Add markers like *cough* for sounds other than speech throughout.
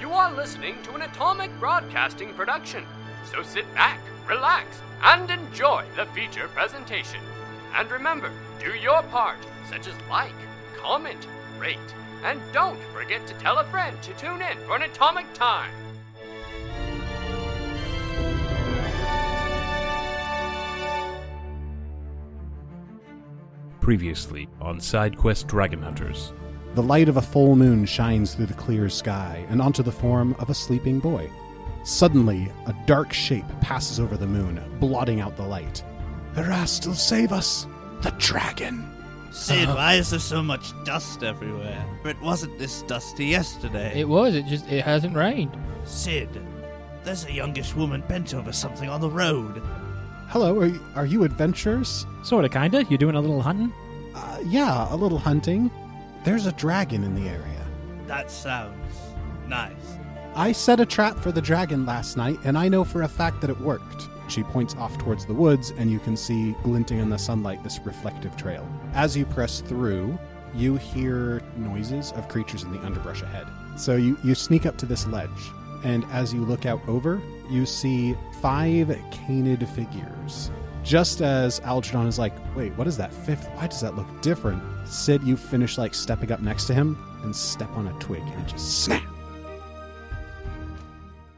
You are listening to an Atomic Broadcasting production, so sit back, relax, and enjoy the feature presentation. And remember, do your part, such as like, comment, rate, and don't forget to tell a friend to tune in for an Atomic Time. Previously on Side Quest Dragon Hunters. The light of a full moon shines through the clear sky and onto the form of a sleeping boy. Suddenly, a dark shape passes over the moon, blotting out the light. Erastil, save us! The dragon! Uh-huh. Sid, why is there so much dust everywhere? It wasn't this dusty yesterday. It was. It just it hasn't rained. Sid, there's a youngish woman bent over something on the road. Hello, are, are you adventurers? Sorta, kinda. You're doing a little hunting? Uh, yeah, a little hunting. There's a dragon in the area. That sounds nice. I set a trap for the dragon last night, and I know for a fact that it worked. She points off towards the woods, and you can see, glinting in the sunlight, this reflective trail. As you press through, you hear noises of creatures in the underbrush ahead. So you, you sneak up to this ledge, and as you look out over, you see five canid figures. Just as Algernon is like, wait, what is that fifth? Why does that look different? Sid, you finish like stepping up next to him and step on a twig, and it just snap.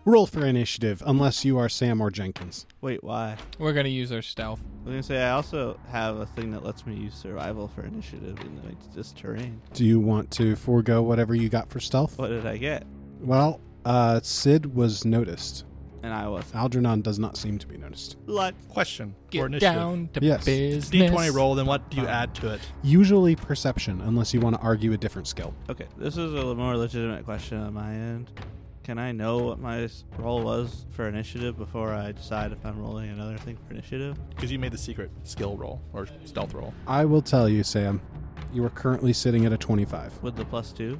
Roll for initiative, unless you are Sam or Jenkins. Wait, why? We're gonna use our stealth. I was gonna say I also have a thing that lets me use survival for initiative in like, this terrain. Do you want to forego whatever you got for stealth? What did I get? Well, uh, Sid was noticed. And I was Algernon does not seem to be noticed. like, Question Get for initiative. down to Yes. business. D twenty roll, then what do you add to it? Usually perception, unless you want to argue a different skill. okay, this is a more legitimate question on my end. Can I know what my s- roll was for initiative before I decide if I'm rolling another thing for initiative? Because you made the secret skill roll or stealth roll. I will tell you, Sam, you are currently sitting at a 25. With the plus two?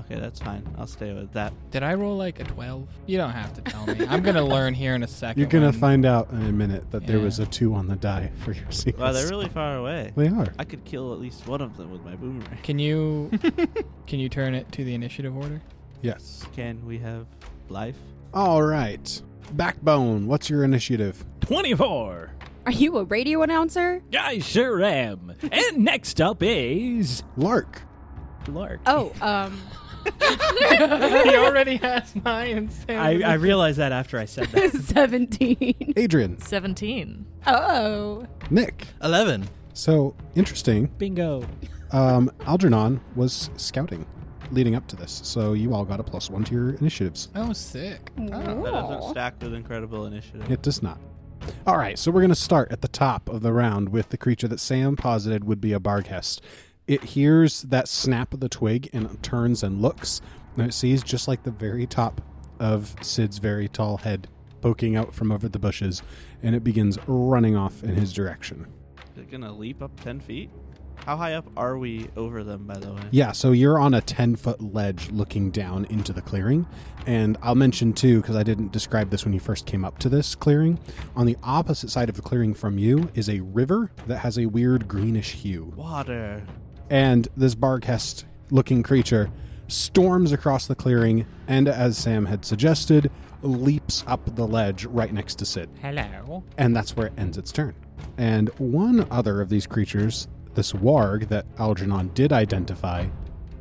Okay, that's fine. I'll stay with that. Did I roll like a twelve? You don't have to tell me. I'm *laughs* gonna learn here in a second. You're going to when- find out in a minute that there Yeah. was a 2 on the die for your sequence. Wow, they're really far away. They are. I could kill at least one of them with my boomerang. Can *laughs* you can you turn it to the initiative order? Yes. Can we have life? All right. Backbone, what's your initiative? 24! Are you a radio announcer? I sure am. and next up is. Lark. Lark. Oh, um, *laughs* he already has nine. And I, I realized that after I said that. 17. Adrian. 17. Oh. Nick. Eleven. So, interesting. Bingo. Um, Algernon was scouting leading up to this, so you all got a plus 1 to your initiatives. oh, sick. That doesn't Cool. stack with incredible initiative. It does not. All right, so we're going to start at the top of the round with the creature that Sam posited would be a barghest. It hears that snap of the twig and turns and looks, and it sees just like the very top of Sid's very tall head poking out from over the bushes, and it begins running off in his direction. Is it gonna leap up ten feet? How high up are we over them, by the way? Yeah, so you're on a 10 foot ledge looking down into the clearing. And I'll mention too, because I didn't describe this when you first came up to this clearing. On the opposite side of the clearing from you is a river that has a weird greenish hue. Water. And this Barghest looking creature storms across the clearing and, as Sam had suggested, leaps up the ledge right next to Sid Hello. and that's where it ends its turn. And one other of these creatures, this warg that Algernon did identify,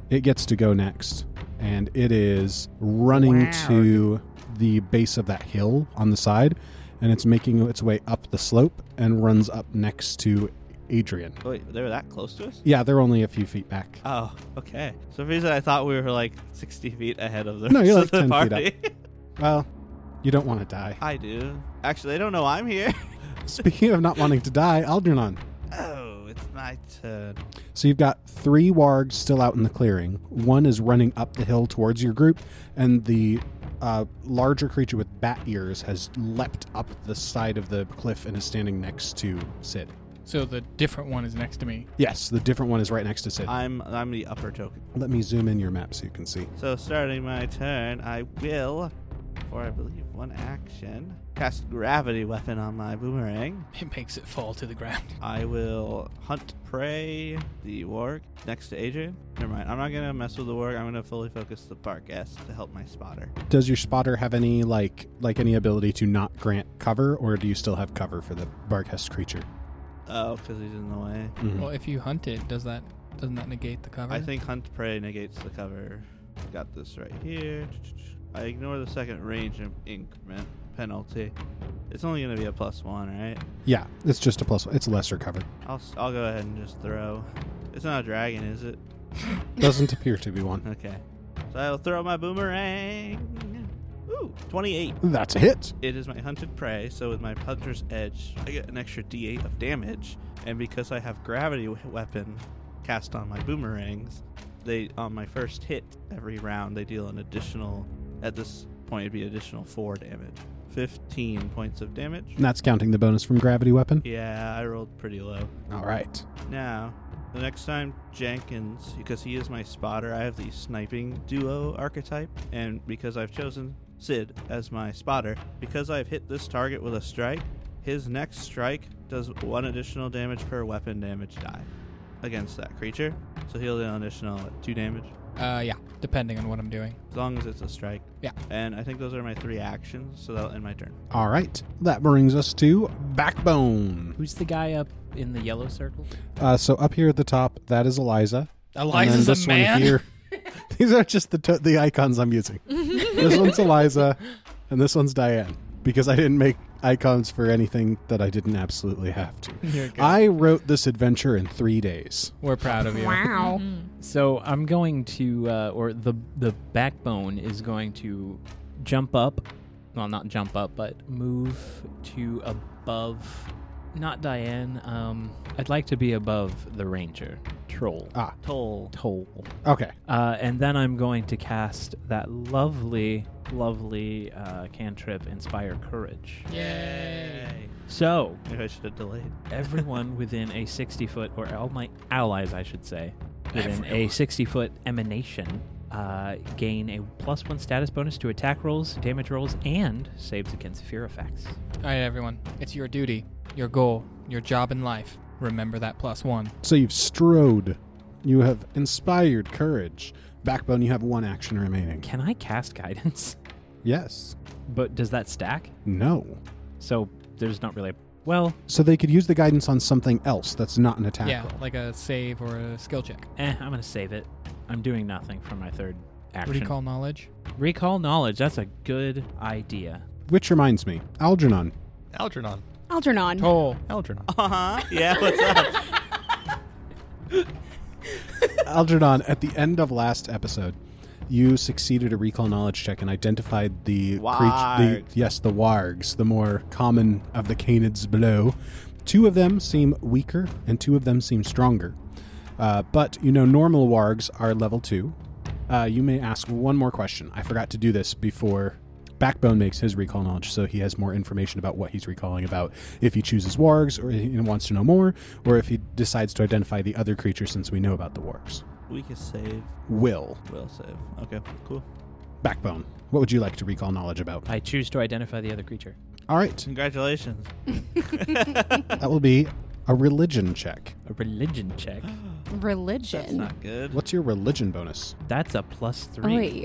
it gets to go next. And it is running to the base of that hill on the side, and it's making its way up the slope and runs up next to Adrian. Oh, Wait, they were that close to us? Yeah, they're only a few feet back. Oh, okay. For some reason I thought we were like sixty feet ahead of the No, rest *laughs* you're of like the 10 feet party. Well, you don't want to die. I do. Actually, they don't know I'm here. *laughs* Speaking of not wanting to die, Algernon. Oh, it's my turn. So you've got three wargs still out in the clearing. One is running up the hill towards your group, and the uh, larger creature with bat ears has leapt up the side of the cliff and is standing next to Sid. So the different one is next to me. Yes, the different one is right next to Sid. I'm I'm the upper token. Let me zoom in your map so you can see. So starting my turn, I will for, I believe, one action. Cast gravity weapon on my boomerang. It makes it fall to the ground. I will hunt prey the warg next to Adrian. Never mind. I'm not gonna mess with the warg. I'm gonna fully focus the bark S to help my spotter. Does your spotter have any like like any ability to not grant cover, or do you still have cover for the Barghest creature? Mm-hmm. Oh, because he's in the way. Hmm. Well, if you hunt it, does that doesn't that negate the cover? I think hunt prey negates the cover. Got this right here. I ignore the second range in- increment penalty. It's only gonna be a plus one, right? Yeah, it's just a plus. It's lesser *laughs* cover. I'll s- I'll go ahead and just throw. It's not a dragon, is it? Doesn't appear to be one. Okay. So I'll throw my boomerang. Ooh, 28. That's a hit. It is my hunted prey, so with my hunter's edge, I get an extra d8 of damage. And because I have gravity we- weapon cast on my boomerangs, they on my first hit every round they deal an additional. At this point, it'd be additional four damage. 15 points of damage. And that's counting the bonus from gravity weapon. Yeah, I rolled pretty low. All right. Now, the next time Jenkins, because he is my spotter, I have the sniping duo archetype, and because I've chosen Sid as my spotter, because I've hit this target with a strike, his next strike does one additional damage per weapon damage die against that creature. So he'll do an additional two damage, Uh, yeah, depending on what I'm doing. as long as it's a strike. Yeah. And I think those are my three actions, so that'll end my turn. All right. That brings us to Backbone. Who's the guy up in the yellow circle? Uh, so up here at the top, that is Eliza. And then Eliza's a this one man. here- *laughs* These are just the to the icons I'm *laughs* using. this one's Eliza, and this one's Diane because I didn't make icons for anything that I didn't absolutely have to. You're good. I wrote this adventure in three days. We're proud *laughs* of you. Wow. Mm-hmm. So I'm going to, uh, or the the backbone is going to jump up. Well, not jump up, but move to above. Not Diane. Um, I'd like to be above the ranger troll. Ah. toll, toll. Okay. Uh, and then I'm going to cast that lovely, lovely uh, cantrip, inspire courage. Yay. So Maybe I should have delayed. everyone *laughs* within a 60 foot, or all my allies, I should say, within a 60 foot emanation, uh, gain a plus one status bonus to attack rolls, damage rolls, and saves against fear effects. All right, everyone. It's your duty, your goal, your job in life. Remember that plus one. So you've strode, you have inspired courage. Backbone, you have one action remaining. Can I cast guidance? *laughs* Yes. But does that stack? No. So there's not really. Well, So they could use the guidance on something else that's not an attack Yeah, roll. like a save or a skill check. eh, I'm going to save it. I'm doing nothing for my third action. Recall knowledge. Recall knowledge. That's a good idea. Which reminds me, Algernon. Algernon. Algernon. Toll. Algernon. Oh, Uh huh. *laughs* Yeah, what's up? Algernon, at the end of last episode, you succeeded a recall knowledge check and identified the creature. The, Wargs. yes, the wargs, the more common of the canids below. Two of them seem weaker, and two of them seem stronger. Uh, but you know, normal wargs are level two. Uh, you may ask one more question. I forgot to do this before Backbone makes his recall knowledge, so he has more information about what he's recalling about. If he chooses wargs, or he wants to know more, or if he decides to identify the other creature, since we know about the wargs. we can save. Will. We'll save. Okay, cool. Backbone. What would you like to recall knowledge about? I choose to identify the other creature. All right. Congratulations. That will be a religion check. A religion check. That's Religion. not good. What's your religion bonus? That's a plus Oh, three. Oi. What do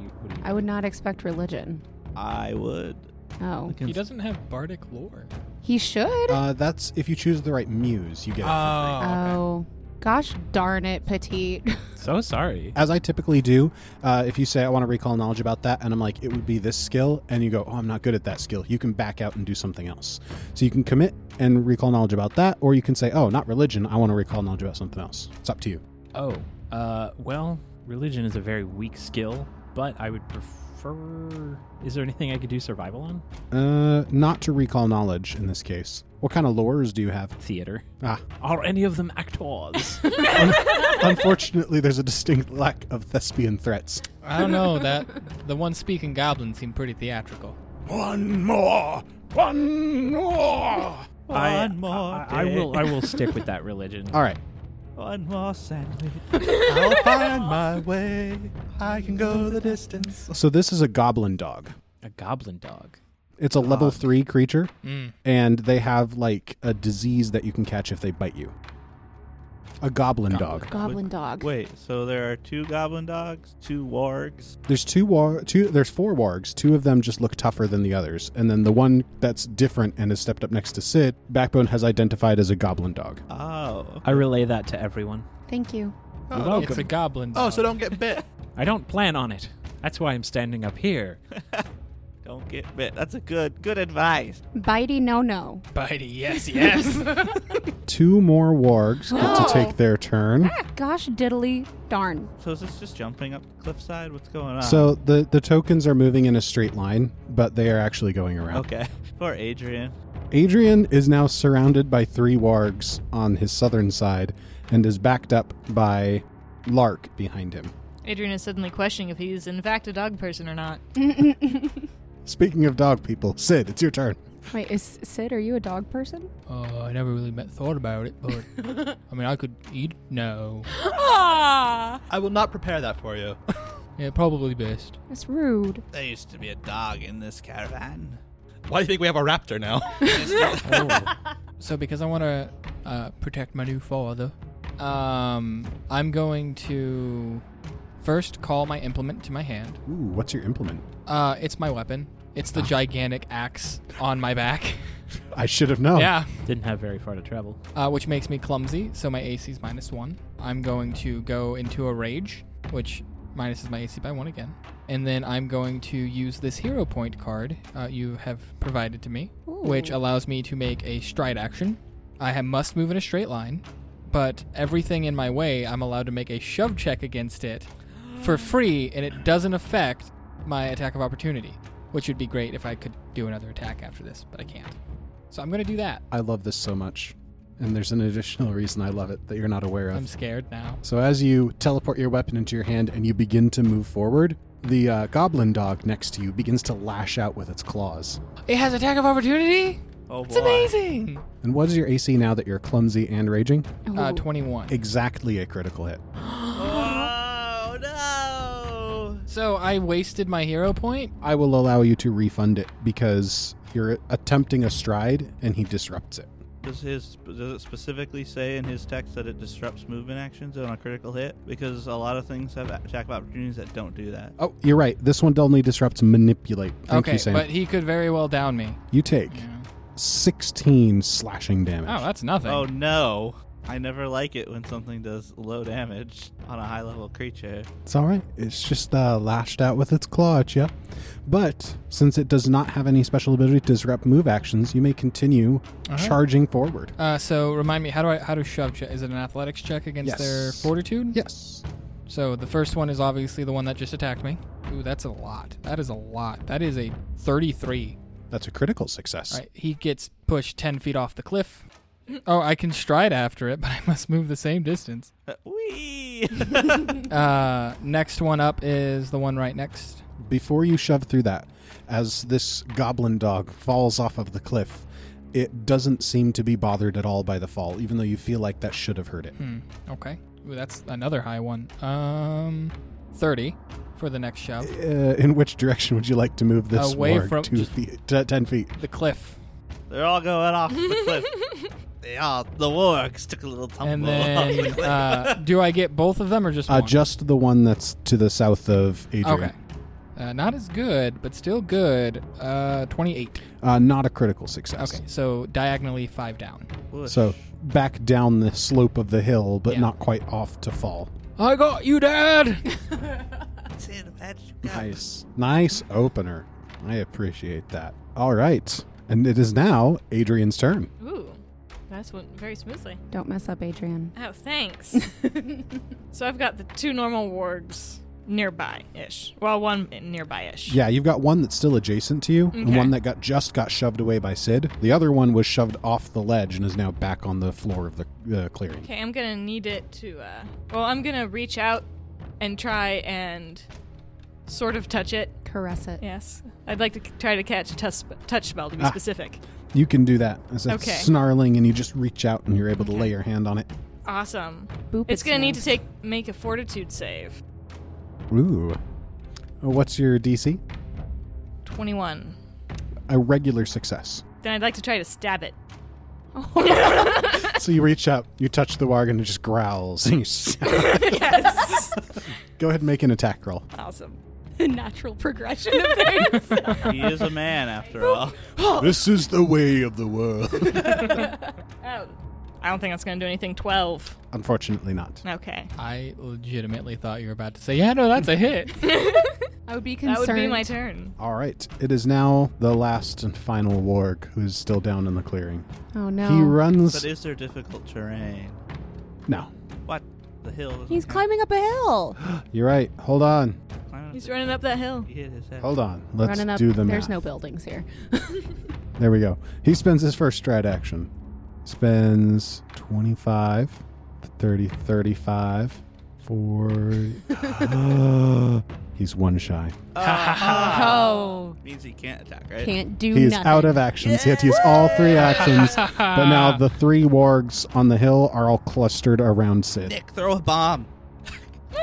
you, what do you I would not expect religion. I would. Oh. He doesn't have bardic lore. He should? Oh, Uh, that's if you choose the right muse, you get it. for free. Uh, oh. Gosh darn it, *laughs* petite. *laughs* So sorry. As I typically do, uh, if you say I want to recall knowledge about that, and I'm like, it would be this skill, and you go, oh, I'm not good at that skill, you can back out and do something else. So you can commit and recall knowledge about that, or you can say, oh, not religion, I want to recall knowledge about something else. It's up to you. Oh, uh, well, religion is a very weak skill, but I would prefer. Is there anything I could do survival on? Uh, not to recall knowledge in this case. What kind of lores do you have? Theater. Ah, *laughs* Are any of them actors? Unfortunately, there's a distinct lack of thespian threats. I don't know that the one speaking goblin seemed pretty theatrical. One more! One more! I, One more I, I will. I will stick with that religion. All right. One more sandwich. I'll find my way. I can go the distance. So this is a goblin dog. A goblin dog. It's a level three creature, Mm. and they have like a disease that you can catch if they bite you. A goblin, Goblin. dog. Goblin dog. Wait, so there are two goblin dogs, two wargs. There's two war two there's four wargs. Two of them just look tougher than the others, and then the one that's different and has stepped up next to Sid, Backbone has identified as a goblin dog. Oh, I relay that to everyone. Thank you. Oh, You're welcome. It's a goblin. oh, dog. so don't get bit. I don't plan on it. That's why I'm standing *laughs* up here. *laughs* don't get bit. That's a good, good advice. Bitey, no, no. Bitey, yes, yes. Two more wargs get to Oh. take their turn. Ah, Gosh diddly darn. So is this just jumping up the cliffside? What's going on? So the the tokens are moving in a straight line, but they are actually going around. okay, *laughs* poor Adrian. Adrian is now surrounded by three wargs on his southern side and is backed up by Lark behind him. Adrian is suddenly questioning if he's in fact a dog person or not. *laughs* Speaking of dog people, Sid, it's your turn. Wait, is Sid, are you a dog person? oh, I never really met, thought about it, but I mean, I could eat. No, Ah! I will not prepare that for you. yeah, probably best. That's rude. There used to be a dog in this caravan. Why do you think we have a raptor now? So because I want to uh, protect my new father, um, I'm going to first call my implement to my hand. Ooh, what's your implement? Uh, it's my weapon. It's the gigantic axe on my back. I should have known. *laughs* Yeah. Didn't have very far to travel. uh, which makes me clumsy, so my AC is minus one. I'm going to go into a rage, which minuses my AC by one again. And then I'm going to use this hero point card uh, you have provided to me, which allows me to make a stride action. I ha- must move in a straight line, but everything in my way, I'm allowed to make a shove check against it for free, and it doesn't affect my attack of opportunity, which would be great if I could do another attack after this, but I can't. So I'm going to do that. I love this so much. And there's an additional *laughs* reason I love it that you're not aware of. I'm scared now. So as you teleport your weapon into your hand and you begin to move forward, the uh, goblin dog next to you begins to lash out with its claws. It has attack of opportunity. Oh It's boy. amazing. And what is your AC now that you're clumsy and raging? *laughs* Uh, 21. Exactly a critical hit. Oh no! So I wasted my hero point. I will allow you to refund it because you're attempting a stride and he disrupts it. Does his does it specifically say in his text that it disrupts movement actions on a critical hit? Because a lot of things have attack of opportunities that don't do that. Oh, you're right. This one only disrupts manipulate. Thank okay, you, Sam. but he could very well down me. you take Yeah. 16 slashing damage. Oh, that's nothing. Oh no! I never like it when something does low damage on a high level creature. It's all right. It's just uh, lashed out with its claw at you. But since it does not have any special ability to disrupt move actions, you may continue All right. charging forward. Uh, so remind me, how do I how do shove check? Is it an athletics check against Yes. their fortitude? Yes. So the first one is obviously the one that just attacked me. Ooh, that's a lot. That is a lot. That is a 33. That's a critical success. All right, he gets pushed 10 feet off the cliff. Oh, I can stride after it, *laughs* but I must move the same distance. Uh, Wee! *laughs* Uh, next one up is the one right next. Before you shove through that, as this goblin dog falls off of the cliff, it doesn't seem to be bothered at all by the fall, even though you feel like that should have hurt it. Hmm. Okay. Ooh, that's another high one. Um, thirty for the next shove. Uh, in which direction would you like to move this Away warg? from- Two just- feet, t- ten feet. The cliff, They're all going off the cliff. *laughs* They all the wargs took a little tumble. and *laughs* off the then cliff. uh, do I get both of them or just Uh, one? just the one that's to the south of Adrian. okay. Uh, not as good, but still good. Uh, twenty-eight. Uh, not a critical success. Okay, so diagonally five down. Whoosh. So back down the slope of the hill, but Yeah. not quite off to fall. I got you, Dad. Sid, where'd you go? Nice. Nice opener. I appreciate that. All right. And it is now Adrian's turn. Ooh, that went very smoothly. Don't mess up, Adrian. Oh, thanks. so I've got the two normal wargs nearby ish. Well, one nearby ish. Yeah, you've got one that's still adjacent to you, and Okay. one that got just got shoved away by Sid. The other one was shoved off the ledge and is now back on the floor of the uh, clearing. Okay, I'm gonna need it to. Uh, well, I'm gonna reach out and try and sort of touch it. Caress it. Yes, I'd like to c- try to catch a touch, touch spell to be Ah. specific. You can do that. As it's Okay. snarling, and you just reach out and you're able to Okay. lay your hand on it. Awesome. Boop It's gonna need to nose. take make a fortitude save. Uh, Ooh. What's your DC? 21. A regular *laughs* success. Then I'd like to try to stab *laughs* it. so you reach up, you touch the warg, and it *laughs* just growls. *laughs* And you stab. yes. Go ahead and make an attack roll. awesome. Natural progression *laughs* of things. He is a man *laughs* after all. This is the way of the world. *laughs* Oh, I don't think that's going to do anything. 12. Unfortunately, not. Okay. I legitimately thought you were about to say, yeah, no, that's a *laughs* hit. I would be That concerned. would be my turn. All right. It is now the last and final warg who is still down in the clearing. Oh no. He runs. But is there difficult terrain? no. What? The hill? doesn't He's have- climbing up a hill. You're right. Hold on. climbing up He's the- running up that hill. He hit his head. Hold on. Let's Running up. do the math. There's no buildings *laughs* here. There we go. He spends his first stride action. Spends 25, 30, 35, 40. He's one shy. Uh, *laughs* Oh. Means he can't attack, right? Can't do He is nothing. out of actions. He had to use all three actions. But now *laughs* the three wargs on the hill are all clustered around Sid. Nick, throw a *laughs* bomb. *laughs*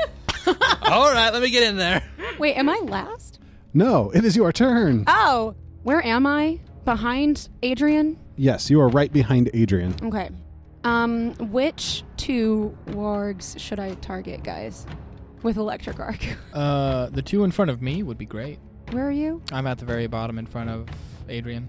all right, let me get in there. Wait, am I last? No, it is your turn. Oh. Where am I? Behind Adrian? Yes, you are right behind Adrian. Okay. Um, which two wargs should I target, guys? With electric arc. *laughs* Uh, the two in front of me would be great. Where are you? I'm at the very bottom in front of Adrian.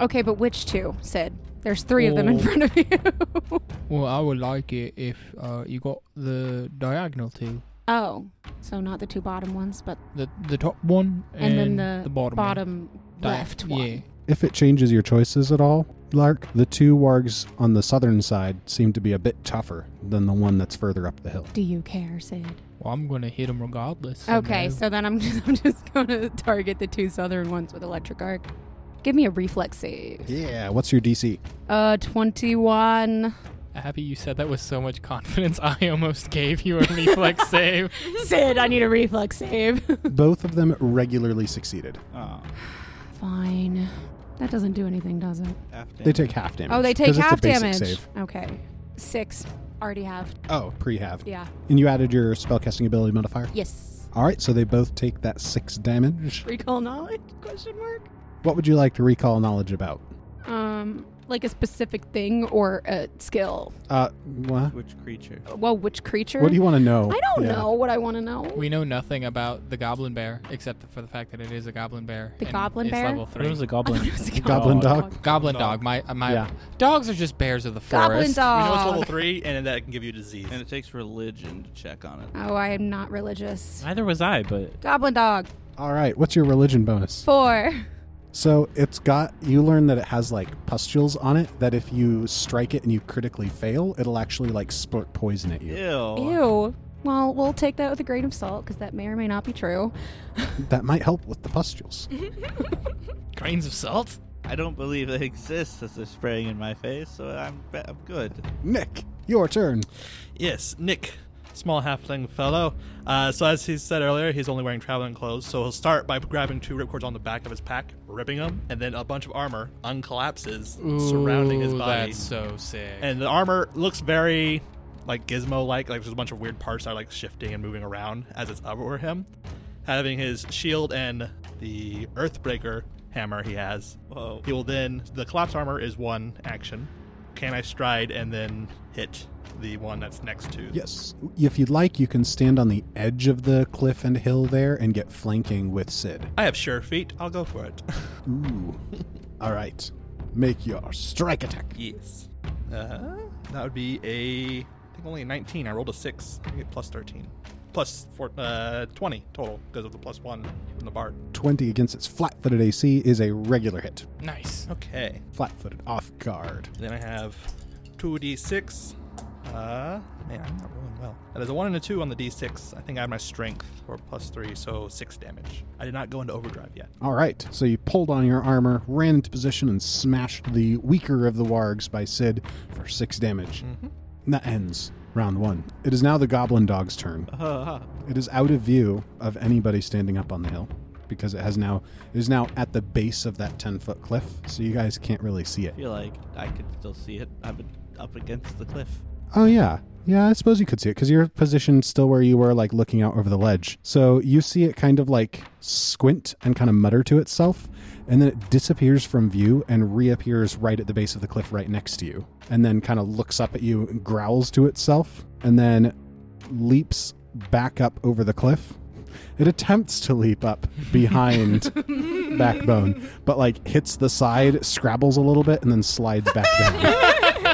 Okay, but which two, Sid? There's three of them in Oh. front of you. *laughs* Well, I would like it if uh, you got the diagonal two, oh, so not the two bottom ones, but the the top one, and, and, then the, bottom, one. Di- left one. Yeah. If it changes your choices at all, Lark, the two wargs on the southern side seem to be a bit tougher than the one that's further up the hill. Do you care, Sid? Well, I'm gonna hit him regardless. so Okay, no. so then I'm *laughs* just I'm just gonna target the two southern ones with electric arc. Give me a reflex save. Yeah, what's your *laughs* DC? Uh, twenty-one. happy you said that with so much confidence. *laughs* I almost gave you a *laughs* reflex save. *laughs* Sid, I need a reflex save. Both of them regularly succeeded. Oh, *laughs* Fine. That doesn't do anything, does it? after They take half damage. Oh, they take 'cause it's a half basic damage. save. Okay. Six. Already half. Oh, pre-half. Yeah. And you added your spellcasting ability modifier. Yes. All right, so they both take that six damage. Recall knowledge? Question mark. What would you like to recall knowledge about? Um, like a specific thing or a skill. Uh, what? which creature? Well, which creature? What do you want to know? I don't Yeah. know what I want to know. We know nothing about the goblin bear except for the fact that it is a goblin bear. The and goblin it's bear? Level It three. was a *laughs* *laughs* I thought goblin. it was a Goblin dog. goblin dog. My uh, my Yeah. dogs are just bears of the Goblin forest. You know it's dog. level *laughs* three, and that can give you disease. And it takes religion to check on it. Oh, I am not religious. Neither was I, but Goblin dog. All right, what's your religion bonus? Four. So it's got. You learn that it has like pustules on it. That if you strike it and you critically fail, it'll actually like splurt poison at you. Ew. Ew. Well, we'll take that with a grain of salt because that may or may not be true. That might help with the pustules. Grains of salt. I don't believe it exists as they're spraying in my face, so I'm be- I'm good. Mm-hmm. Nick, your turn. Yes, Nick, small halfling fellow. Uh, so as he said earlier, he's only wearing traveling clothes. So he'll start by grabbing two ripcords on the back of his pack, ripping them, and then a bunch of armor uncollapses surrounding his Ooh, body. That's so sick. and the armor looks very like gizmo like like there's a bunch of weird parts that are like shifting and moving around as it's over him having his shield and *laughs* the earthbreaker hammer he has Whoa. he will then the collapse armor is one action can i stride and then hit the one that's next to Yes. If you'd like, you can stand on the edge of the cliff and hill there and get flanking with Sid. i have sure feet i'll go for it *laughs* Ooh. All right. Make your strike attack. yes uh, that would be a i think only a 19 i rolled a 6 I get plus 13 plus four, uh, 20 total because of the plus one from the bard 20 against its flat footed AC is a regular hit. nice. okay Flat footed off guard. Then I have 2d6. Uh, man, I'm not rolling well. That is a 1 and a 2 on the d6. I think I have my strength for plus 3, so 6 damage. I did not go into overdrive yet. All right. So you pulled on your armor, ran into position, and smashed the weaker of the wargs by Sid for 6 damage. And that ends round one. It is now the goblin dog's turn. It is out of view of anybody standing up on the hill because it has now it is now at the base of that 10 foot cliff so you guys can't really see it I feel like I could still see it. I'm up against the cliff. Oh yeah. Yeah, I suppose you could see it because you're positioned still where you were, like looking out over the ledge. So you see it kind of like squint and kind of mutter to itself, and then it disappears from view and reappears right at the base of the cliff right next to you, and then kind of looks up at you and growls to itself, and then leaps back up over the cliff. It attempts to leap up behind Backbone, but like hits the side, scrabbles a little bit, and then slides back down.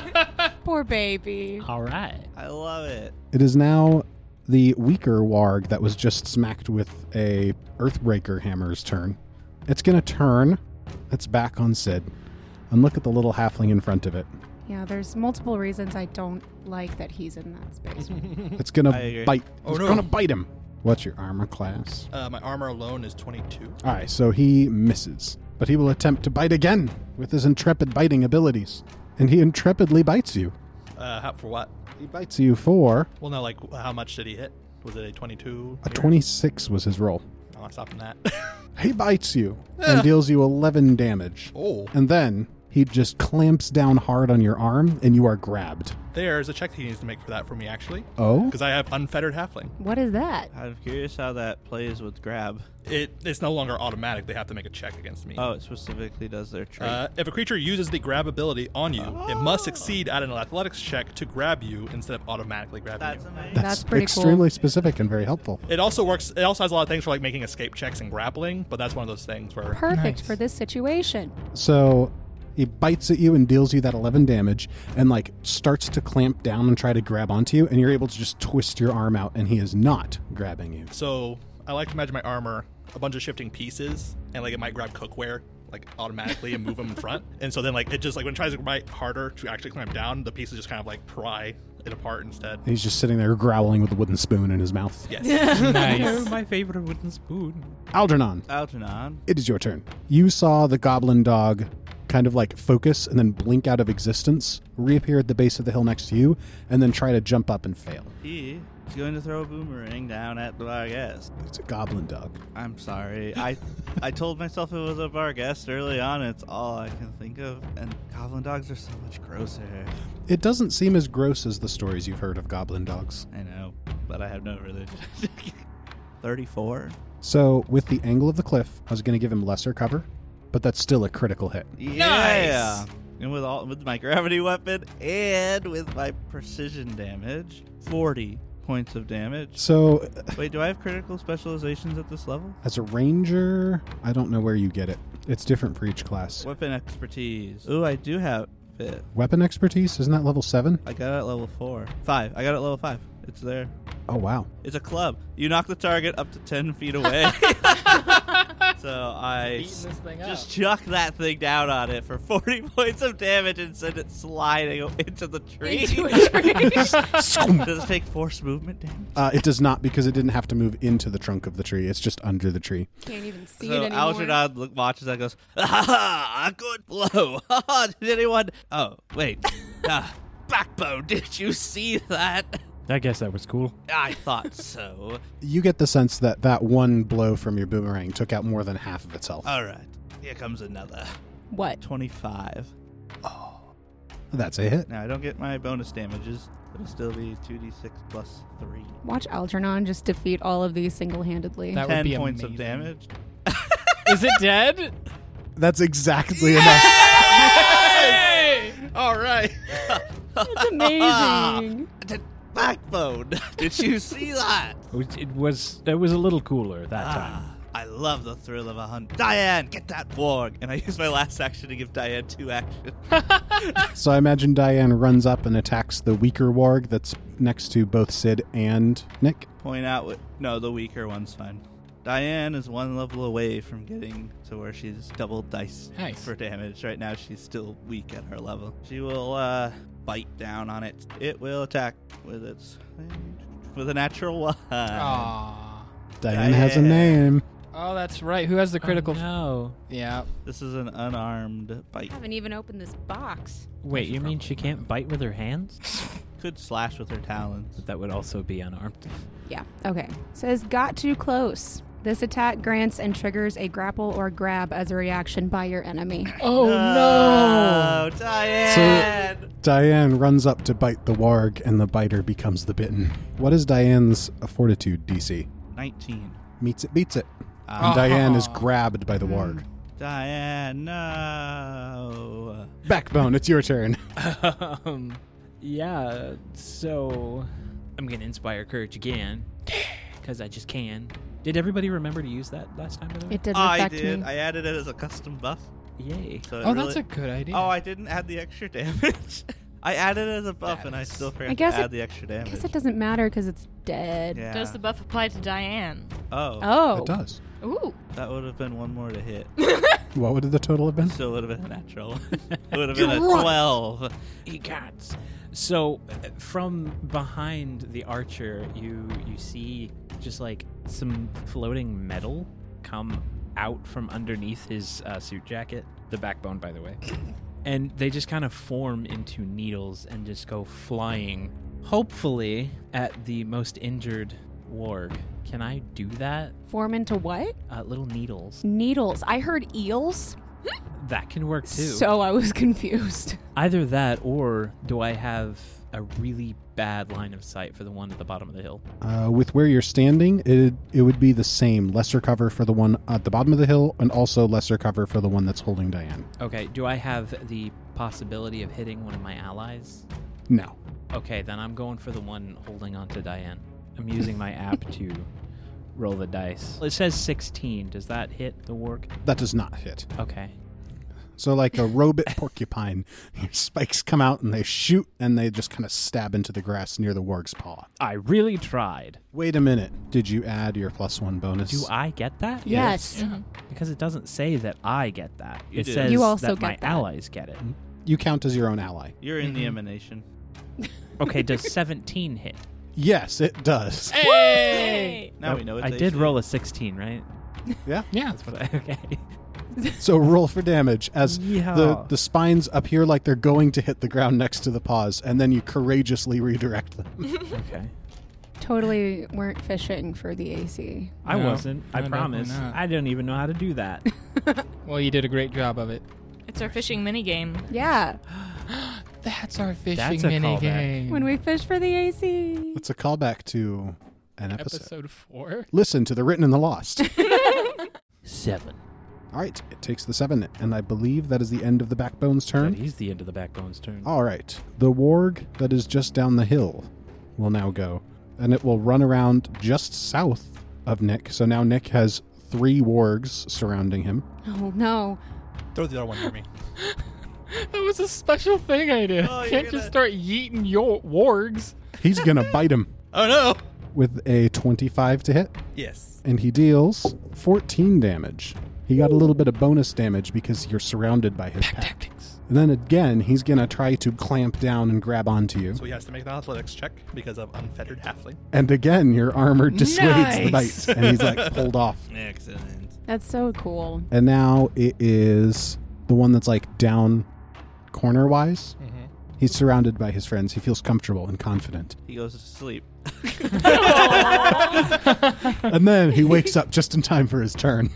Poor baby. All right. I love it. It is now the weaker warg that was just smacked with a earthbreaker hammer's turn. It's going to turn its back on Sid and look at the little halfling in front of it. Yeah, there's multiple reasons I don't like that he's in that space. It's going I agree. to bite. Oh, it's no. going to bite him. What's your armor class? Uh, my armor alone is 22. All right, so he misses, but he will attempt to bite again with his intrepid biting abilities. And he intrepidly bites you. Uh, how, for what? He bites you for Well, no, like how much did he hit? Was it a Oh, 22? a 26 was his roll. I'm not stopping that. *laughs* He bites you and deals you 11 damage. oh, And then he just clamps down hard on your arm and you are grabbed. there's a check he needs to make for that for me actually, Oh? because I have unfettered halfling. what is that? I'm curious how that plays with grab. It it's no longer automatic. They have to make a check against me. Oh, it specifically does their Oh. trait. Uh, if a creature uses the grab ability on you, it must succeed at an athletics check to grab you instead of automatically grabbing That's you. amazing. That's, That's pretty cool. extremely specific and very helpful. It also works. It also has a lot of things for like making escape checks and grappling, but that's one of those things where Perfect Nice. for this situation. So he bites at you and deals you that 11 damage and like starts to clamp down and try to grab onto you and you're able to just twist your arm out and he is not grabbing you. So I like to imagine my armor a bunch of shifting pieces, and like it might grab cookware like automatically and move them in *laughs* front. And so then like it just like when it tries to bite harder to actually clamp down, the pieces just kind of like pry it apart instead. And he's just sitting there growling with a wooden spoon in his mouth. Yes. Nice. my favorite wooden spoon. Algernon, Algernon. it is your turn. You saw the goblin dog kind of like focus and then blink out of existence, reappear at the base of the hill next to you, and then try to jump up and fail. He is going to throw a boomerang down at the Vargas. It's a goblin dog. I'm sorry. I I told myself it was a Vargas early on. It's all I can think of. And goblin dogs are so much grosser. It doesn't seem as gross as the stories you've heard of goblin dogs. I know, but I have no religion. *laughs* 34. So, with the angle of the cliff, I was going to give him lesser cover, but that's still a critical hit. Yeah. And with all with my gravity weapon and with my precision damage, 40 points *laughs* of damage. So, Wait, do I have critical specializations at this level? as a ranger, I don't know where you get it. It's different for each class. Weapon expertise. Ooh, I do have it. Weapon expertise, isn't that level 7? I got it at level 4. 5. I got it at level 5. It's there. Oh, wow. It's a club. You knock the target up to 10 feet away. *laughs* so I Beating this thing just up. chuck that thing down on it for 40 *laughs* points of damage and send it sliding into the tree. Into a tree. *laughs* Does it take force movement damage? Uh, it does not because it didn't have to move into the trunk of the tree. It's just under the tree. Can't even see so it anymore. Algernon look, watches that and goes, *laughs* ah, a good blow. *laughs* Ah, did anyone? Oh, *laughs* wait. Ah, backbone, did you see that? I guess that was cool. I thought so. You get the sense that that one blow from your boomerang took out more than half of its health. All right, here comes another. What? 25. That's a hit. Now, I don't get my bonus damages. It'll still be 2d6 plus 3. Watch Algernon just defeat all of these single handedly. That would 10 be points of amazing. damage. Is it dead? That's exactly enough. All right. That's amazing. Did- backbone, did you *laughs* see that? It was it was, it was a little cooler that time. Ah, I love the thrill of a hunt. Diane, get that Borg! And I use my last action to give Diane two actions. so I imagine Diane runs up and attacks the weaker warg that's next to both Sid and Nick. Point out what. No, the weaker one's fine. Diane is one level away from getting to where she's double dice Nice. for damage. Right now, she's still weak at her level. She will uh, bite down on it. It will attack with its with a natural *laughs* one. Ah. Aw. Diane has a Diane. name. Oh, that's right. Who has the critical? f- Oh, no. Yeah. This is an unarmed bite. I *laughs* haven't even opened this box. Wait, you mean she can't bite with her hands? Could slash with her talons. That would also be unarmed. Yeah. Okay. Says got too close. This attack grants and triggers a grapple or grab as a reaction by your enemy. Oh no, Diane! Diane runs up to bite the warg, and the biter becomes the bitten. What is Diane's fortitude DC? 19. Meets it, beats it. And Ah, Mm. Diane is grabbed by the warg. Diane, no. Backbone, it's your turn. *laughs* um, yeah, so I'm going to inspire courage again because I just can. Did everybody remember to use that last time? by the way? It *laughs* didn't I affect did. me. I added it as a custom buff. Yay. So it Oh, really- that's a good idea. Oh, I didn't add the extra damage. *laughs* I added it as a buff, and I still forgot I guess to add it- the extra I damage. guess it doesn't matter because it's dead. Yeah. Does the buff apply to Diane? Oh, Oh. It does. Ooh. that would have been one more *laughs* to hit. What would the total have been? Still would have been a natural. *laughs* one. it would have been a twelve. Egots. So, uh, from behind the archer, you you see just like some floating metal come out from underneath his uh, suit jacket, the backbone, by the way, and they just kind of form into needles and just go flying. Hopefully, at the most injured warg. Can I do that? Form into what? Uh, little needles. Needles. I heard eels, That can work too. so I was *laughs* confused. Either that, or do I have a really bad line of sight for the one at the bottom of the hill? Uh, with where you're standing, it it would be the same. Lesser cover for the one at the bottom of the hill, and also lesser cover for the one that's holding Diane. Okay, do I have the possibility of hitting one of my allies? No. Okay, then I'm going for the one holding on to Diane. I'm using my *laughs* app to roll the dice. It says 16. Does that hit the work? That does not hit. Okay. So, like *laughs* a robot porcupine, your spikes come out and they shoot and they just kind of stab into the grass near the warg's paw. I really tried. Wait a minute. Did you add your plus one bonus? Do I get that? Yes. Mm-hmm. Because it doesn't say that I get that. You it do. says You also that get my that. allies get it. You count as your own ally. You're in Mm-hmm. the emanation. Okay, does *laughs* 17 hit? Yes, it *laughs* does. Hey! Now we know. It's I did AC. roll a 16, right? yeah. *laughs* Okay. So roll for damage as the Yeah. the spines appear like they're going to hit the ground next to the paws, and then you courageously redirect them. okay. Totally weren't fishing for the AC. I No, wasn't. I no, definitely promise. not. I don't even know how to do that. Well, you did a great job of it. It's our fishing mini game. Yeah. That's our fishing a mini callback. game. When we fish for *laughs* the AC. It's a callback to an episode. episode four. *laughs* Listen to the written and the *laughs* lost. *laughs* Seven. All right, it takes the seven, and I believe that is the end of the backbone's That turn. is the end of the backbone's turn. All right, the warg that is just down the hill will now go, and it will run around just south of Nick. So now Nick has three wargs surrounding him. Oh no. Throw the other one near me. That was a special thing I did. Oh, I you're can't just gonna- start yeeting your wargs. He's gonna bite him Oh no! with a twenty-five to hit. Yes. and he deals 14 damage. He got a little bit of bonus damage because you're surrounded by his pack. Tactics. And then again, he's going to try to clamp down and grab onto you. So he has to make an athletics check because of unfettered halfling. And again, your armor dissuades the bite, Nice. and he's *laughs* like pulled off. Excellent. That's so cool. And now it is the one that's like down corner wise. Mm-hmm. He's surrounded by his friends. He feels comfortable and confident. He goes *laughs* to sleep. And then he wakes up just in time for his turn.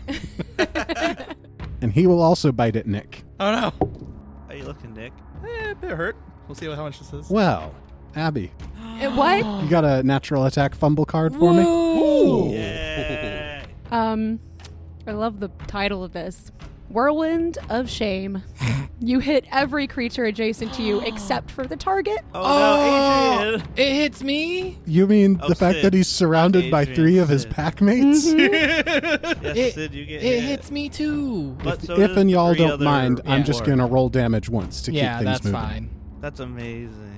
and he will also bite at Nick. Oh no! How you looking, Nick? Eh, bit hurt. We'll see how much this is. Well, Abby, Uh, what? you got a natural attack fumble card *gasps* for me? Yeah. Um, I love the title of this Whirlwind of Shame. you hit every creature adjacent to *gasps* you except for the target. Oh, Oh. no, Adrian. It hits me. You mean the Oh, fact Sid. that he's surrounded by Adrian, three of his Sid. pack mates? Yes, It- Sid, you get It hit. hits me too. But so if does and y'all three don't other mind, I'm just wargs. going to roll damage once to yeah, keep things that's moving. fine. That's amazing.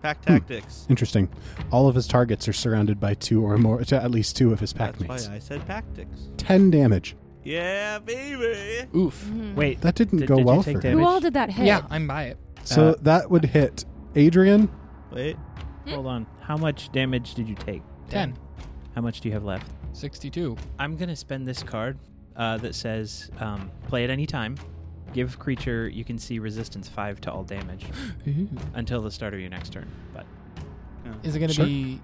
Pack Hmm. tactics. Interesting. All of his targets are surrounded by two or more, to at least two of his pack That's why mates. I said tactics. 10 damage. Yeah, baby. Oof. Wait, That didn't Did- go did you well take for him. damage? Who all did that hit? Yeah, I'm by it. So Uh, that would hit Adrian. Wait. hold on. How much damage did you take? 10. How much do you have left? 62. I'm gonna spend this card uh, that says um, play at any time. Give creature you can see resistance five to all damage until the start of your next turn. But Is it going to Sure. be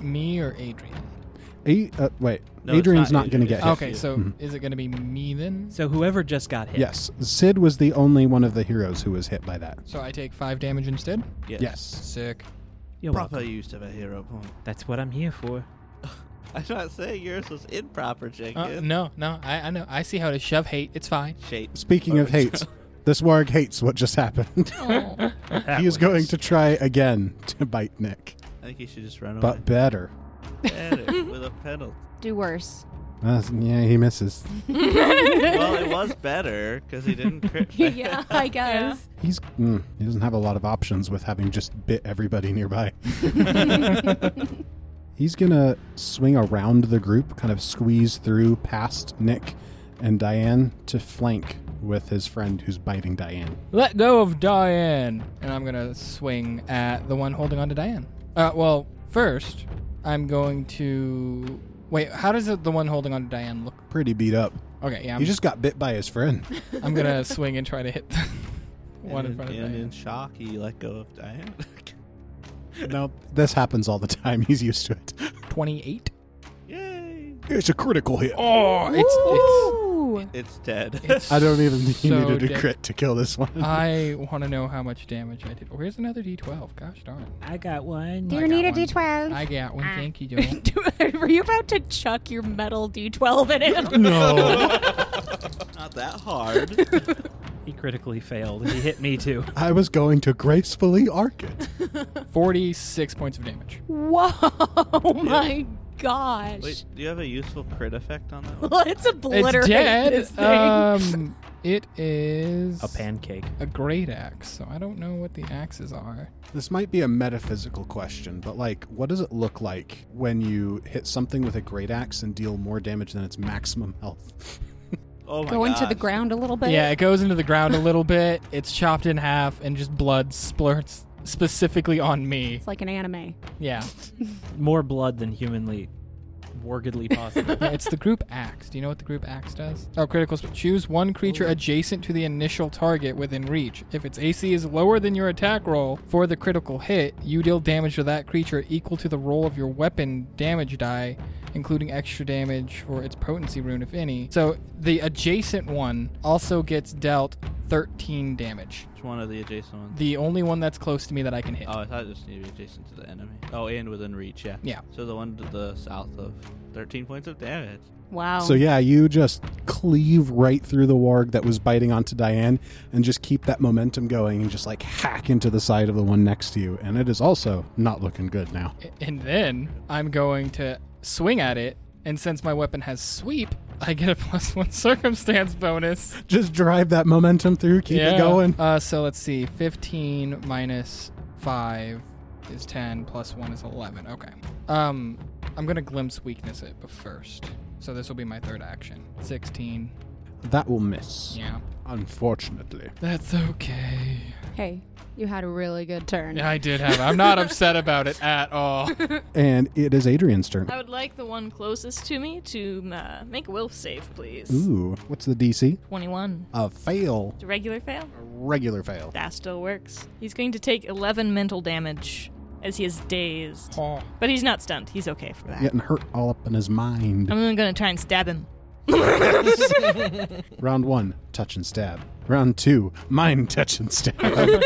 me or Adrian? A- uh, wait, No, it's Adrian's not not, going to Adrian. get Yeah, hit. okay, yeah. so Mm-hmm. is it going to be me then? So whoever just got hit. Yes, Sid was the only one of the heroes who was hit by that. So I take five damage instead. Yes. Yes. Sick. You're Proper welcome. use of a hero point. *laughs* That's what I'm here for. I'm not saying yours was improper, Jenkins. Uh, no, no, I, I know. I see how to shove hate. It's fine. Shape. Speaking of hates, this warg hates what just happened. *laughs* he is going to try again to bite Nick, *laughs* I think you should just run away. but better. Better with a pedal. Do worse. Uh, yeah, he misses. Well, it was better because he didn't *laughs* crit. *laughs* yeah, I guess. He's mm, he doesn't have a lot of options with having just bit everybody nearby. He's gonna swing around the group, kind of squeeze through past Nick and Diane to flank with his friend who's biting Diane. Let go of Diane. And I'm going to swing at the one holding on to Diane. Uh, well, first, I'm going to. Wait, how does it, the one holding on to Diane look? Pretty beat up. Okay, yeah, he I'm, just got bit by his *laughs* friend. I'm *laughs* going to swing and try to hit the *laughs* one in and, front of and Diane. in shock, he let go of Diane. *laughs* no, this happens all the time. *laughs* He's used to it. 28. Yay! It's a critical hit. Oh, it's. Ooh. It's dead. it's, it's I don't even think you so needed a dead. crit to kill this one. *laughs* I want to know how much damage I did. Oh, here's another d12. Gosh darn. I got one. I got one. *laughs* I got Ah. one. Thank you, *laughs* Joel. Were you about to chuck your metal D12 in *laughs* him? no. *laughs* Not that *laughs* hard. He critically failed. He hit me too. *laughs* I was going to gracefully arc it. 46 points of damage. Whoa, my gosh. Wait, do you have a useful crit effect on that *laughs* one? Let's obliterate it's dead. Uh, this thing. *laughs* Um, it is A pancake. a great axe, so I don't know what the axes are. This might be a metaphysical question, but like, what does it look like when you hit something with a great axe and deal more damage than its maximum health? Oh my Going to the gosh. ground a little bit. yeah, it goes into the ground a little bit. It's chopped in half, and just blood splurts specifically on me. It's like an anime. Yeah, More blood than humanly, wargedly possible. Yeah, it's the group axe. Do you know what the group axe does? Oh, critical. Sp- choose one creature adjacent to the initial target within reach. If its AC is lower than your attack roll for the critical hit, you deal damage to that creature equal to the roll of your weapon damage die, including extra damage for its potency rune, if any. So the adjacent one also gets dealt 13 damage. Which one of the adjacent ones? The only one that's close to me that I can hit. Oh, I thought it just needed to be adjacent to the enemy. Oh, and within reach, yeah. Yeah. So the one to the south of 13 points of damage. Oh. Wow. So, yeah, you just cleave right through the warg that was biting onto Diane and just keep that momentum going and just like hack into the side of the one next to you. And it is also not looking good now. *laughs* And then I'm going to swing at it. And since my weapon has sweep, I get a *laughs* plus one circumstance bonus. Just drive that momentum through, keep it going. Uh, so let's see. 15 minus 5 is 10, plus 1 is 11. Okay. Um, I'm going to glimpse weakness it bef- first. So this will be my third action. 16. That will miss, Yeah. unfortunately. That's okay. hey, you had a really good turn. Yeah, I did have it. I'm not upset about it at *laughs* all. And it is Adrian's turn. I would like the one closest to me to uh, make a will save, please. Ooh, what's the DC? 21. A fail. It's a regular fail. A regular fail. That still works. He's going to take 11 mental damage as he is dazed. Oh. But he's not stunned. He's okay for that. Getting hurt all up in his mind. I'm only going to try and stab him. *laughs* Round one, touch and stab. Round two, mine touch and stab.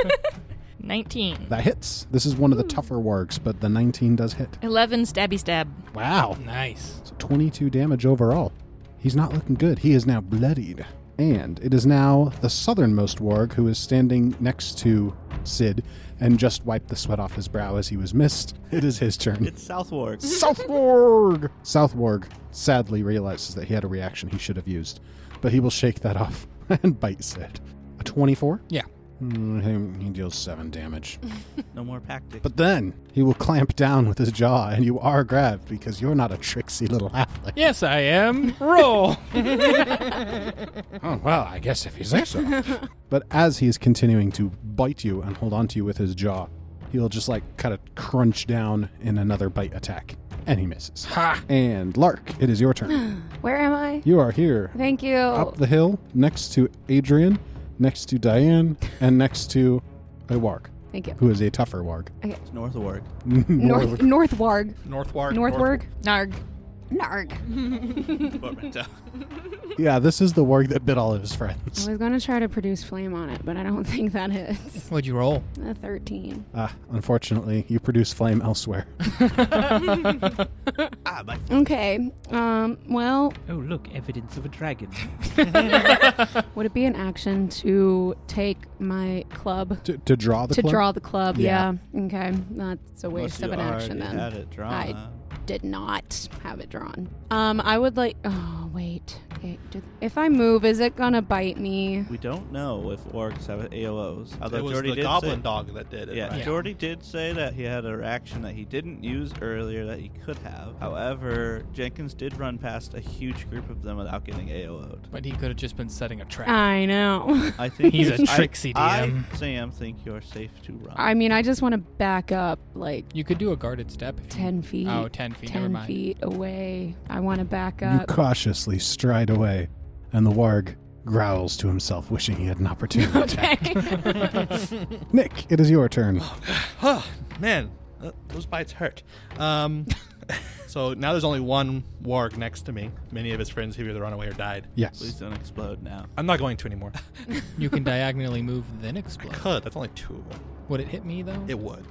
*laughs* 19. that hits. This is one of the tougher wargs, but the 19 does hit. 11 stabby stab. Wow. Nice. So 22 damage overall. He's not looking good. He is now bloodied. And it is now the southernmost warg who is standing next to Sid and just wiped the sweat off his brow as he was missed. It is his turn. It's Southwark. South Warg! South Warg sadly realizes that he had a reaction he should have used, but he will shake that off *laughs* and bite Sid. A 24? Yeah. Mm, he- he deals 7 damage. No more tactic. But then he will clamp down with his jaw, and you are grabbed because you're not a tricksy little halfling. Yes, I am. Roll. *laughs* Oh, well, I guess if you say so. *laughs* but as he is continuing to bite you and hold onto you with his jaw, he'll just like kind of crunch down in another bite attack. And he misses. Ha! And Lark, it is your *gasps* turn. Where am I? you are here Thank you. up the hill next to Adrian, next to Diane, and next to a warg, Thank you. who is a tougher warg. It's Northwarg. North Northwarg. *laughs* Northward. Northwarg. Narg. *laughs* Narg. Portmanteau. Yeah, this is the warg that bit all of his I *laughs* friends. was going to try to produce flame on it, but I don't *laughs* think that hits. *laughs* What'd you roll? A 13. Ah, unfortunately, you produce flame elsewhere. *laughs* Ah, my Okay. Um, well, Oh, look, evidence of *laughs* a dragon. would it be an action to take my club To, to draw the to club? draw the club? Yeah. Yeah. Okay. That's a Unless waste of an you action already then. Had it drawn. I- did not have it drawn. Um, I would like. Oh wait. Okay. do- If I move, is it gonna bite me? we don't know if orcs have AOs. Although It was Jordy the did goblin say, dog that did it. Yeah, right? Jordy did say that he had a reaction that he didn't use earlier that he could have. However, Jenkins did run past a huge group of them without getting AO'd. But he could have just been setting a trap. I know. *laughs* I think He's a I- tricksy DM. I, Sam, think you're safe to run. I mean, I just want to back up like you could do a guarded step. If you- 10 feet. Oh, 10 feet. never 10 mind. feet away. I want to back You *laughs* up. cautiously stride away, and the warg growls to himself, wishing he had an opportunity *laughs* to attack. *laughs* Nick, it is your turn. Oh, man, th- those bites hurt. Um, so now there's only one Mm-hmm. warg next to me. Many of his friends have either run away or died. Please Yes. don't explode now. I'm not going to anymore. You *laughs* can diagonally move, then I explode. could. That's only two of them. Would it hit me though? It would.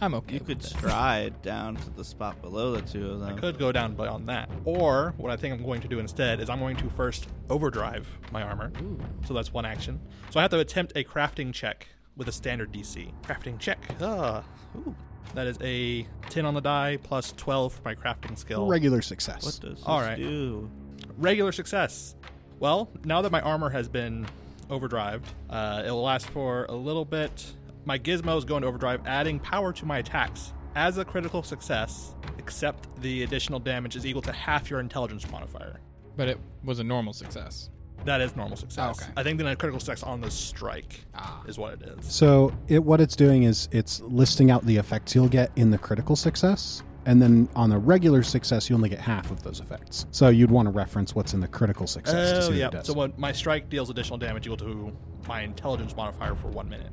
I'm okay. You with could it. stride down to the spot below the two of them. Could go down beyond that. Or what I think I'm going to do instead is I'm going to first overdrive my armor. Ooh. So that's one action. So I have to attempt a crafting check with a standard DC. Crafting check. Ah, ooh. That is a 10 on the die plus 12 for my crafting skill. Regular What success. does this All right. do? regular success. Well, now that my armor has been overdrived, uh, it will last for a little bit. My gizmo is going to overdrive, adding power to my attacks. As a critical success, except the additional damage is equal to half your intelligence modifier. But it was a normal success. That is normal success. Oh, okay. I think then a critical success on the strike Ah. is what it is. So it what it's doing is it's listing out the effects you'll get in the critical success, and then on the regular success you only get half of those effects. So you'd want to reference what's in the critical success to see Oh, what it yeah. does. So what my strike deals additional damage equal to my intelligence modifier for one minute.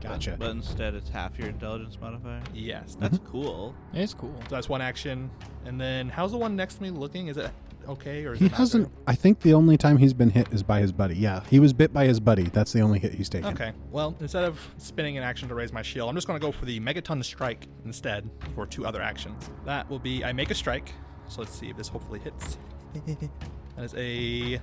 gotcha. But instead, it's half your intelligence modifier. Yes. That's, That's cool. It's cool. so Mm-hmm. that's one action. And then how's the one next to me looking? Is it okay or is He it not hasn't. I think the only time he's been hit is by his buddy. Yeah, he was bit by his buddy. That's the only hit he's taken. Okay. Well, instead of spinning an action to raise my shield, I'm just going to go for the megaton strike instead for two other actions. That will be I make a strike. So let's see if this hopefully hits. that is a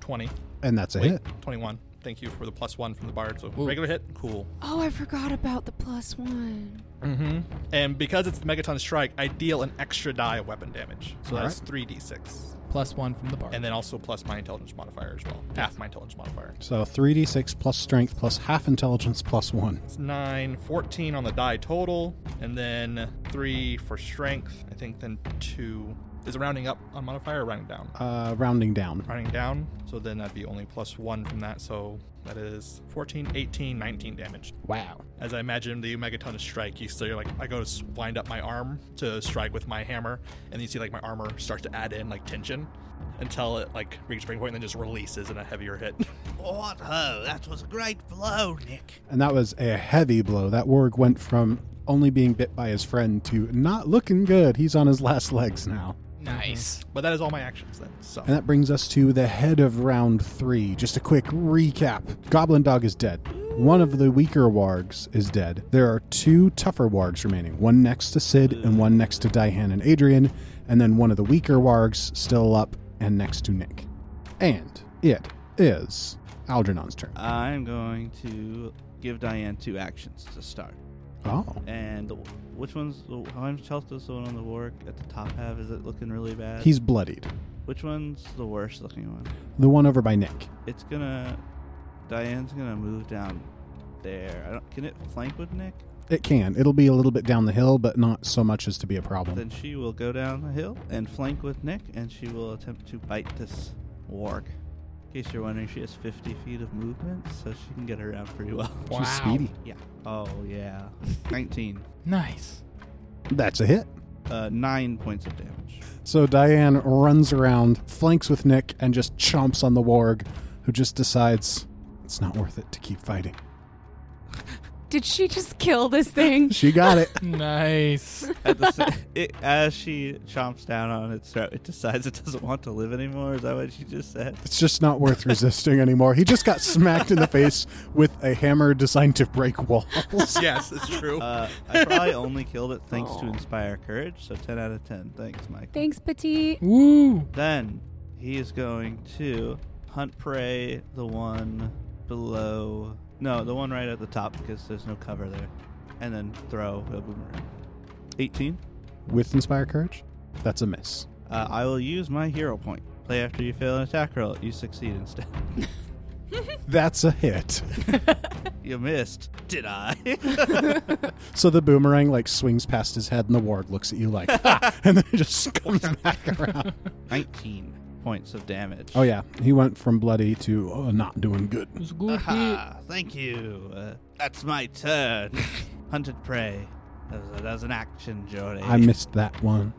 20. And that's a Wait, hit. 21. Thank you for the plus one from the bard. So Ooh. regular hit, cool. oh, I forgot about the plus one. Mm-hmm. And because it's the megaton strike, I deal an extra die of weapon damage. So All that's 3d6, Plus one from the bar. and then also plus my intelligence modifier as well. Half my intelligence modifier. So 3d6 plus strength plus half intelligence plus one. It's 9, 14 on the die total, and then 3 for strength. I think then 2 is it rounding up on modifier or rounding down? Uh, rounding down. Rounding down, so then that'd be only plus 1 from that, so that is 14, 18, 19 damage. wow. As I imagine the megaton strike, you still you're like, I go to s- wind up my arm to strike with my hammer, and you see like my armor starts to add in like tension until it like reaches breaking point and then just releases in a heavier hit. What ho! That was a great blow, Nick. And that was a heavy blow. That warg went from only being bit by his friend to not looking good. He's on his last legs now. Mm-hmm. Nice. but that is all my actions then, so. And that brings us to the head of round three. Just a quick recap Goblin Dog is dead. One of the weaker wargs is dead. There are two tougher wargs remaining one next to Sid and one next to Diane and Adrian, and then one of the weaker wargs still up and next to Nick. And it is Algernon's turn. I'm going to give Diane two actions to start. Oh. And the- which one's the, how much health does the one on the warg at the top have? Is it looking really bad? He's bloodied. which one's the worst looking one? The one over by Nick. It's gonna Diane's gonna move down there. I don't. Can it flank with Nick? It can. It'll be a little bit down the hill, but not so much as to be a problem. Then she will go down the hill and flank with Nick, and she will attempt to bite this warg. In case you're wondering, she has 50 feet of movement, so she can get around pretty well. Wow. She's speedy. Yeah. Oh yeah. 19. *laughs* Nice. That's a hit. Uh, nine *laughs* points of damage. So Diane runs around, flanks with Nick, and just chomps on the warg, who just decides it's not worth it to keep fighting. Did she just kill this *laughs* thing? She got it. *laughs* Nice. At the sa- it, as she chomps down on its throat, it decides it doesn't want to live anymore. Is that what you just said? It's just not worth resisting anymore. He just got smacked in the face with a hammer designed to break walls. yes, it's true. Uh, I probably only killed it thanks to inspire courage. So 10 out of 10. Thanks, Mike. *laughs* Thanks, Petite. Woo. Then he is going to hunt prey the one below. No, the one right at the top because there's no cover there. And then throw a boomerang. 18. With Inspire Courage? That's a miss. Uh, I will use my hero point. Play after you fail an attack roll. You succeed instead. *laughs* That's a hit. you missed. Did I? So the boomerang like swings past his head and the ward looks at you like *laughs* ha! and then it just comes back around. 19 points of damage. Oh yeah, he went from bloody to oh, not doing good. It's good hit. Aha, thank you. Uh, that's my turn. *laughs* Hunted prey. That was, that was an action, Jordy. I missed that one.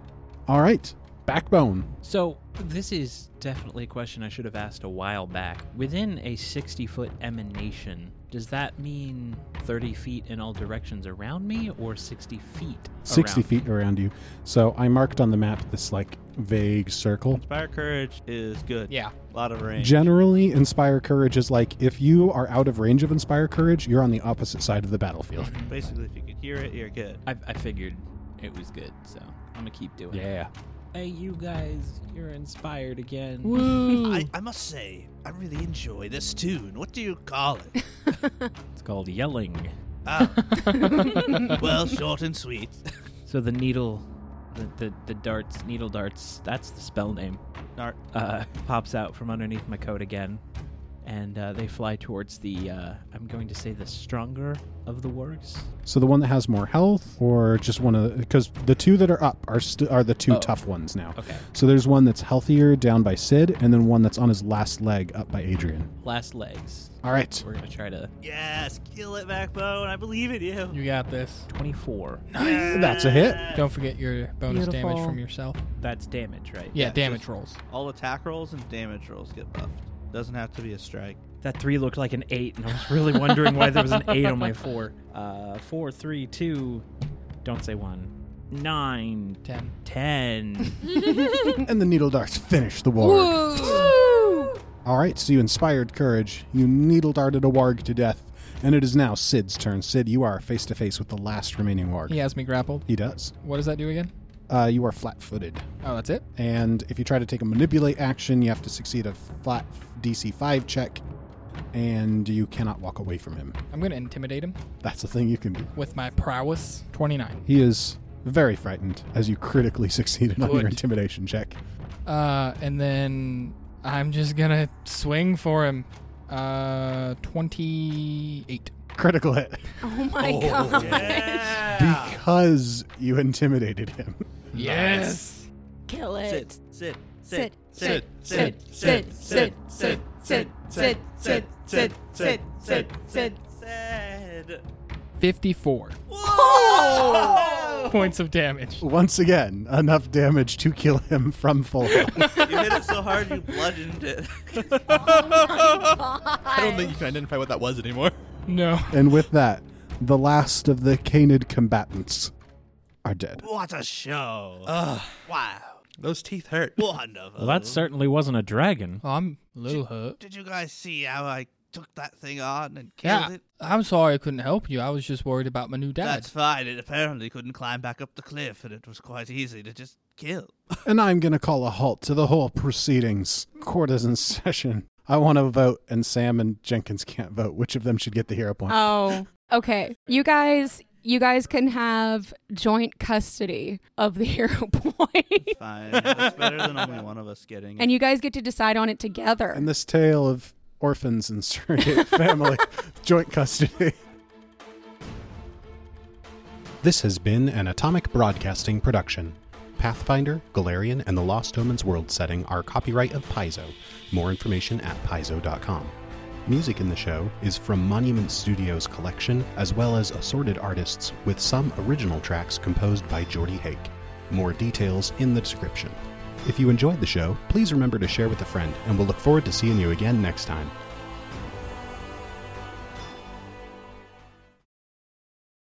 All right. Backbone. So, this is definitely a question I should have asked a while back. Within a 60 foot emanation, does that mean 30 feet in all directions around me or 60 feet? 60 around feet around you. So I marked on the map this like vague circle. Fire courage is good. Yeah. A lot of range. Generally, Inspire Courage is like if you are out of range of Inspire Courage, you're on the opposite side of the *laughs* battlefield. Basically, if you could hear it, you're good. I, I figured it was good, so I'm going to keep doing it. Yeah. Hey, you guys, you're inspired again. Woo. I, I must say, I really enjoy this tune. What do you call *laughs* it? It's called yelling. Ah. well, short and sweet. So the needle, the, the, the darts, needle darts, that's the spell name, Nart. uh, *laughs* pops out from underneath my coat again. And uh, they fly towards the, uh, I'm going to say the stronger of the wargs. So the one that has more health, or just one of because the two that are up are st- are the two Oh. tough ones now. Okay. So there's one that's healthier down by Sid, and then one that's on his last leg up by Adrian. Last legs. All right. We're going to try to. Yes, kill it, Backbone. I believe in you. You got this. 24. That's a hit. Don't forget your bonus damage Beautiful. from yourself. That's damage, right? Yeah, Yeah, damage just- rolls. All attack rolls and damage rolls get buffed. Doesn't have to be a strike. That three looked like an eight, and I was really wondering why there was an eight *laughs* on my four. Uh, four, three, two. Don't say one. Nine. Ten. Ten. And the needle darts finish the warg. All right. So you inspired courage. You needle darted a warg to death, and it is now Sid's turn. Sid, you are face to face with the last remaining warg. He has me grappled. He does. What does that do again? Uh, you are flat-footed. Oh, that's it. and if you try to take a manipulate action, you have to succeed a flat DC 5 check, and you cannot walk away from him. I'm gonna intimidate him That's the thing you can do. with my prowess. Twenty-nine. He is very frightened as you critically *laughs* succeeded on your Good. intimidation check. Uh, and then I'm just gonna swing for him. Uh, twenty-eight. Critical hit Oh my god. because you intimidated him. Yes. *laughs* Kill it. Sit, sit, Sit. sit, Sit. sit, Sit. sit, Sit. Sit. Sit. Sit. Sit. Sit. Sit. Sit. Sit. sit. Fifty-four Whoa! points of damage. Once again, enough damage to kill him from full health. you hit it so hard you bludgeoned it. I don't think you can identify what that was anymore. No. and with that, the last of the canid combatants are dead. What a show! wow, Those teeth hurt. wonderful. Well, that certainly wasn't a dragon. I'm a little hurt. Did you guys see how I took that thing on and killed Yeah. it? I'm sorry I couldn't help you. I was just worried about my new dad. That's fine. It apparently couldn't climb back up the cliff, and it was quite easy to just kill. And I'm going to call a halt to the whole proceedings. Court is in session. I want to vote, and Sam and Jenkins can't vote. Which of them should get the hero point? Oh. Okay. You guys you guys can have joint custody of the *laughs* hero point. Fine. That's better than only one of us getting and you guys get to decide on it together. and this tale of orphans and surrogate *laughs* family joint custody. This has been an Atomic Broadcasting production. Pathfinder, Galarian, and the Lost Omens world setting are copyright of Paizo. More information at paizo.com. Music in the show is from Monument Studios' collection, as well as assorted artists, with some original tracks composed by Jordy Hake. More details in the description. If you enjoyed the show, please remember to share with a friend, and we'll look forward to seeing you again next time.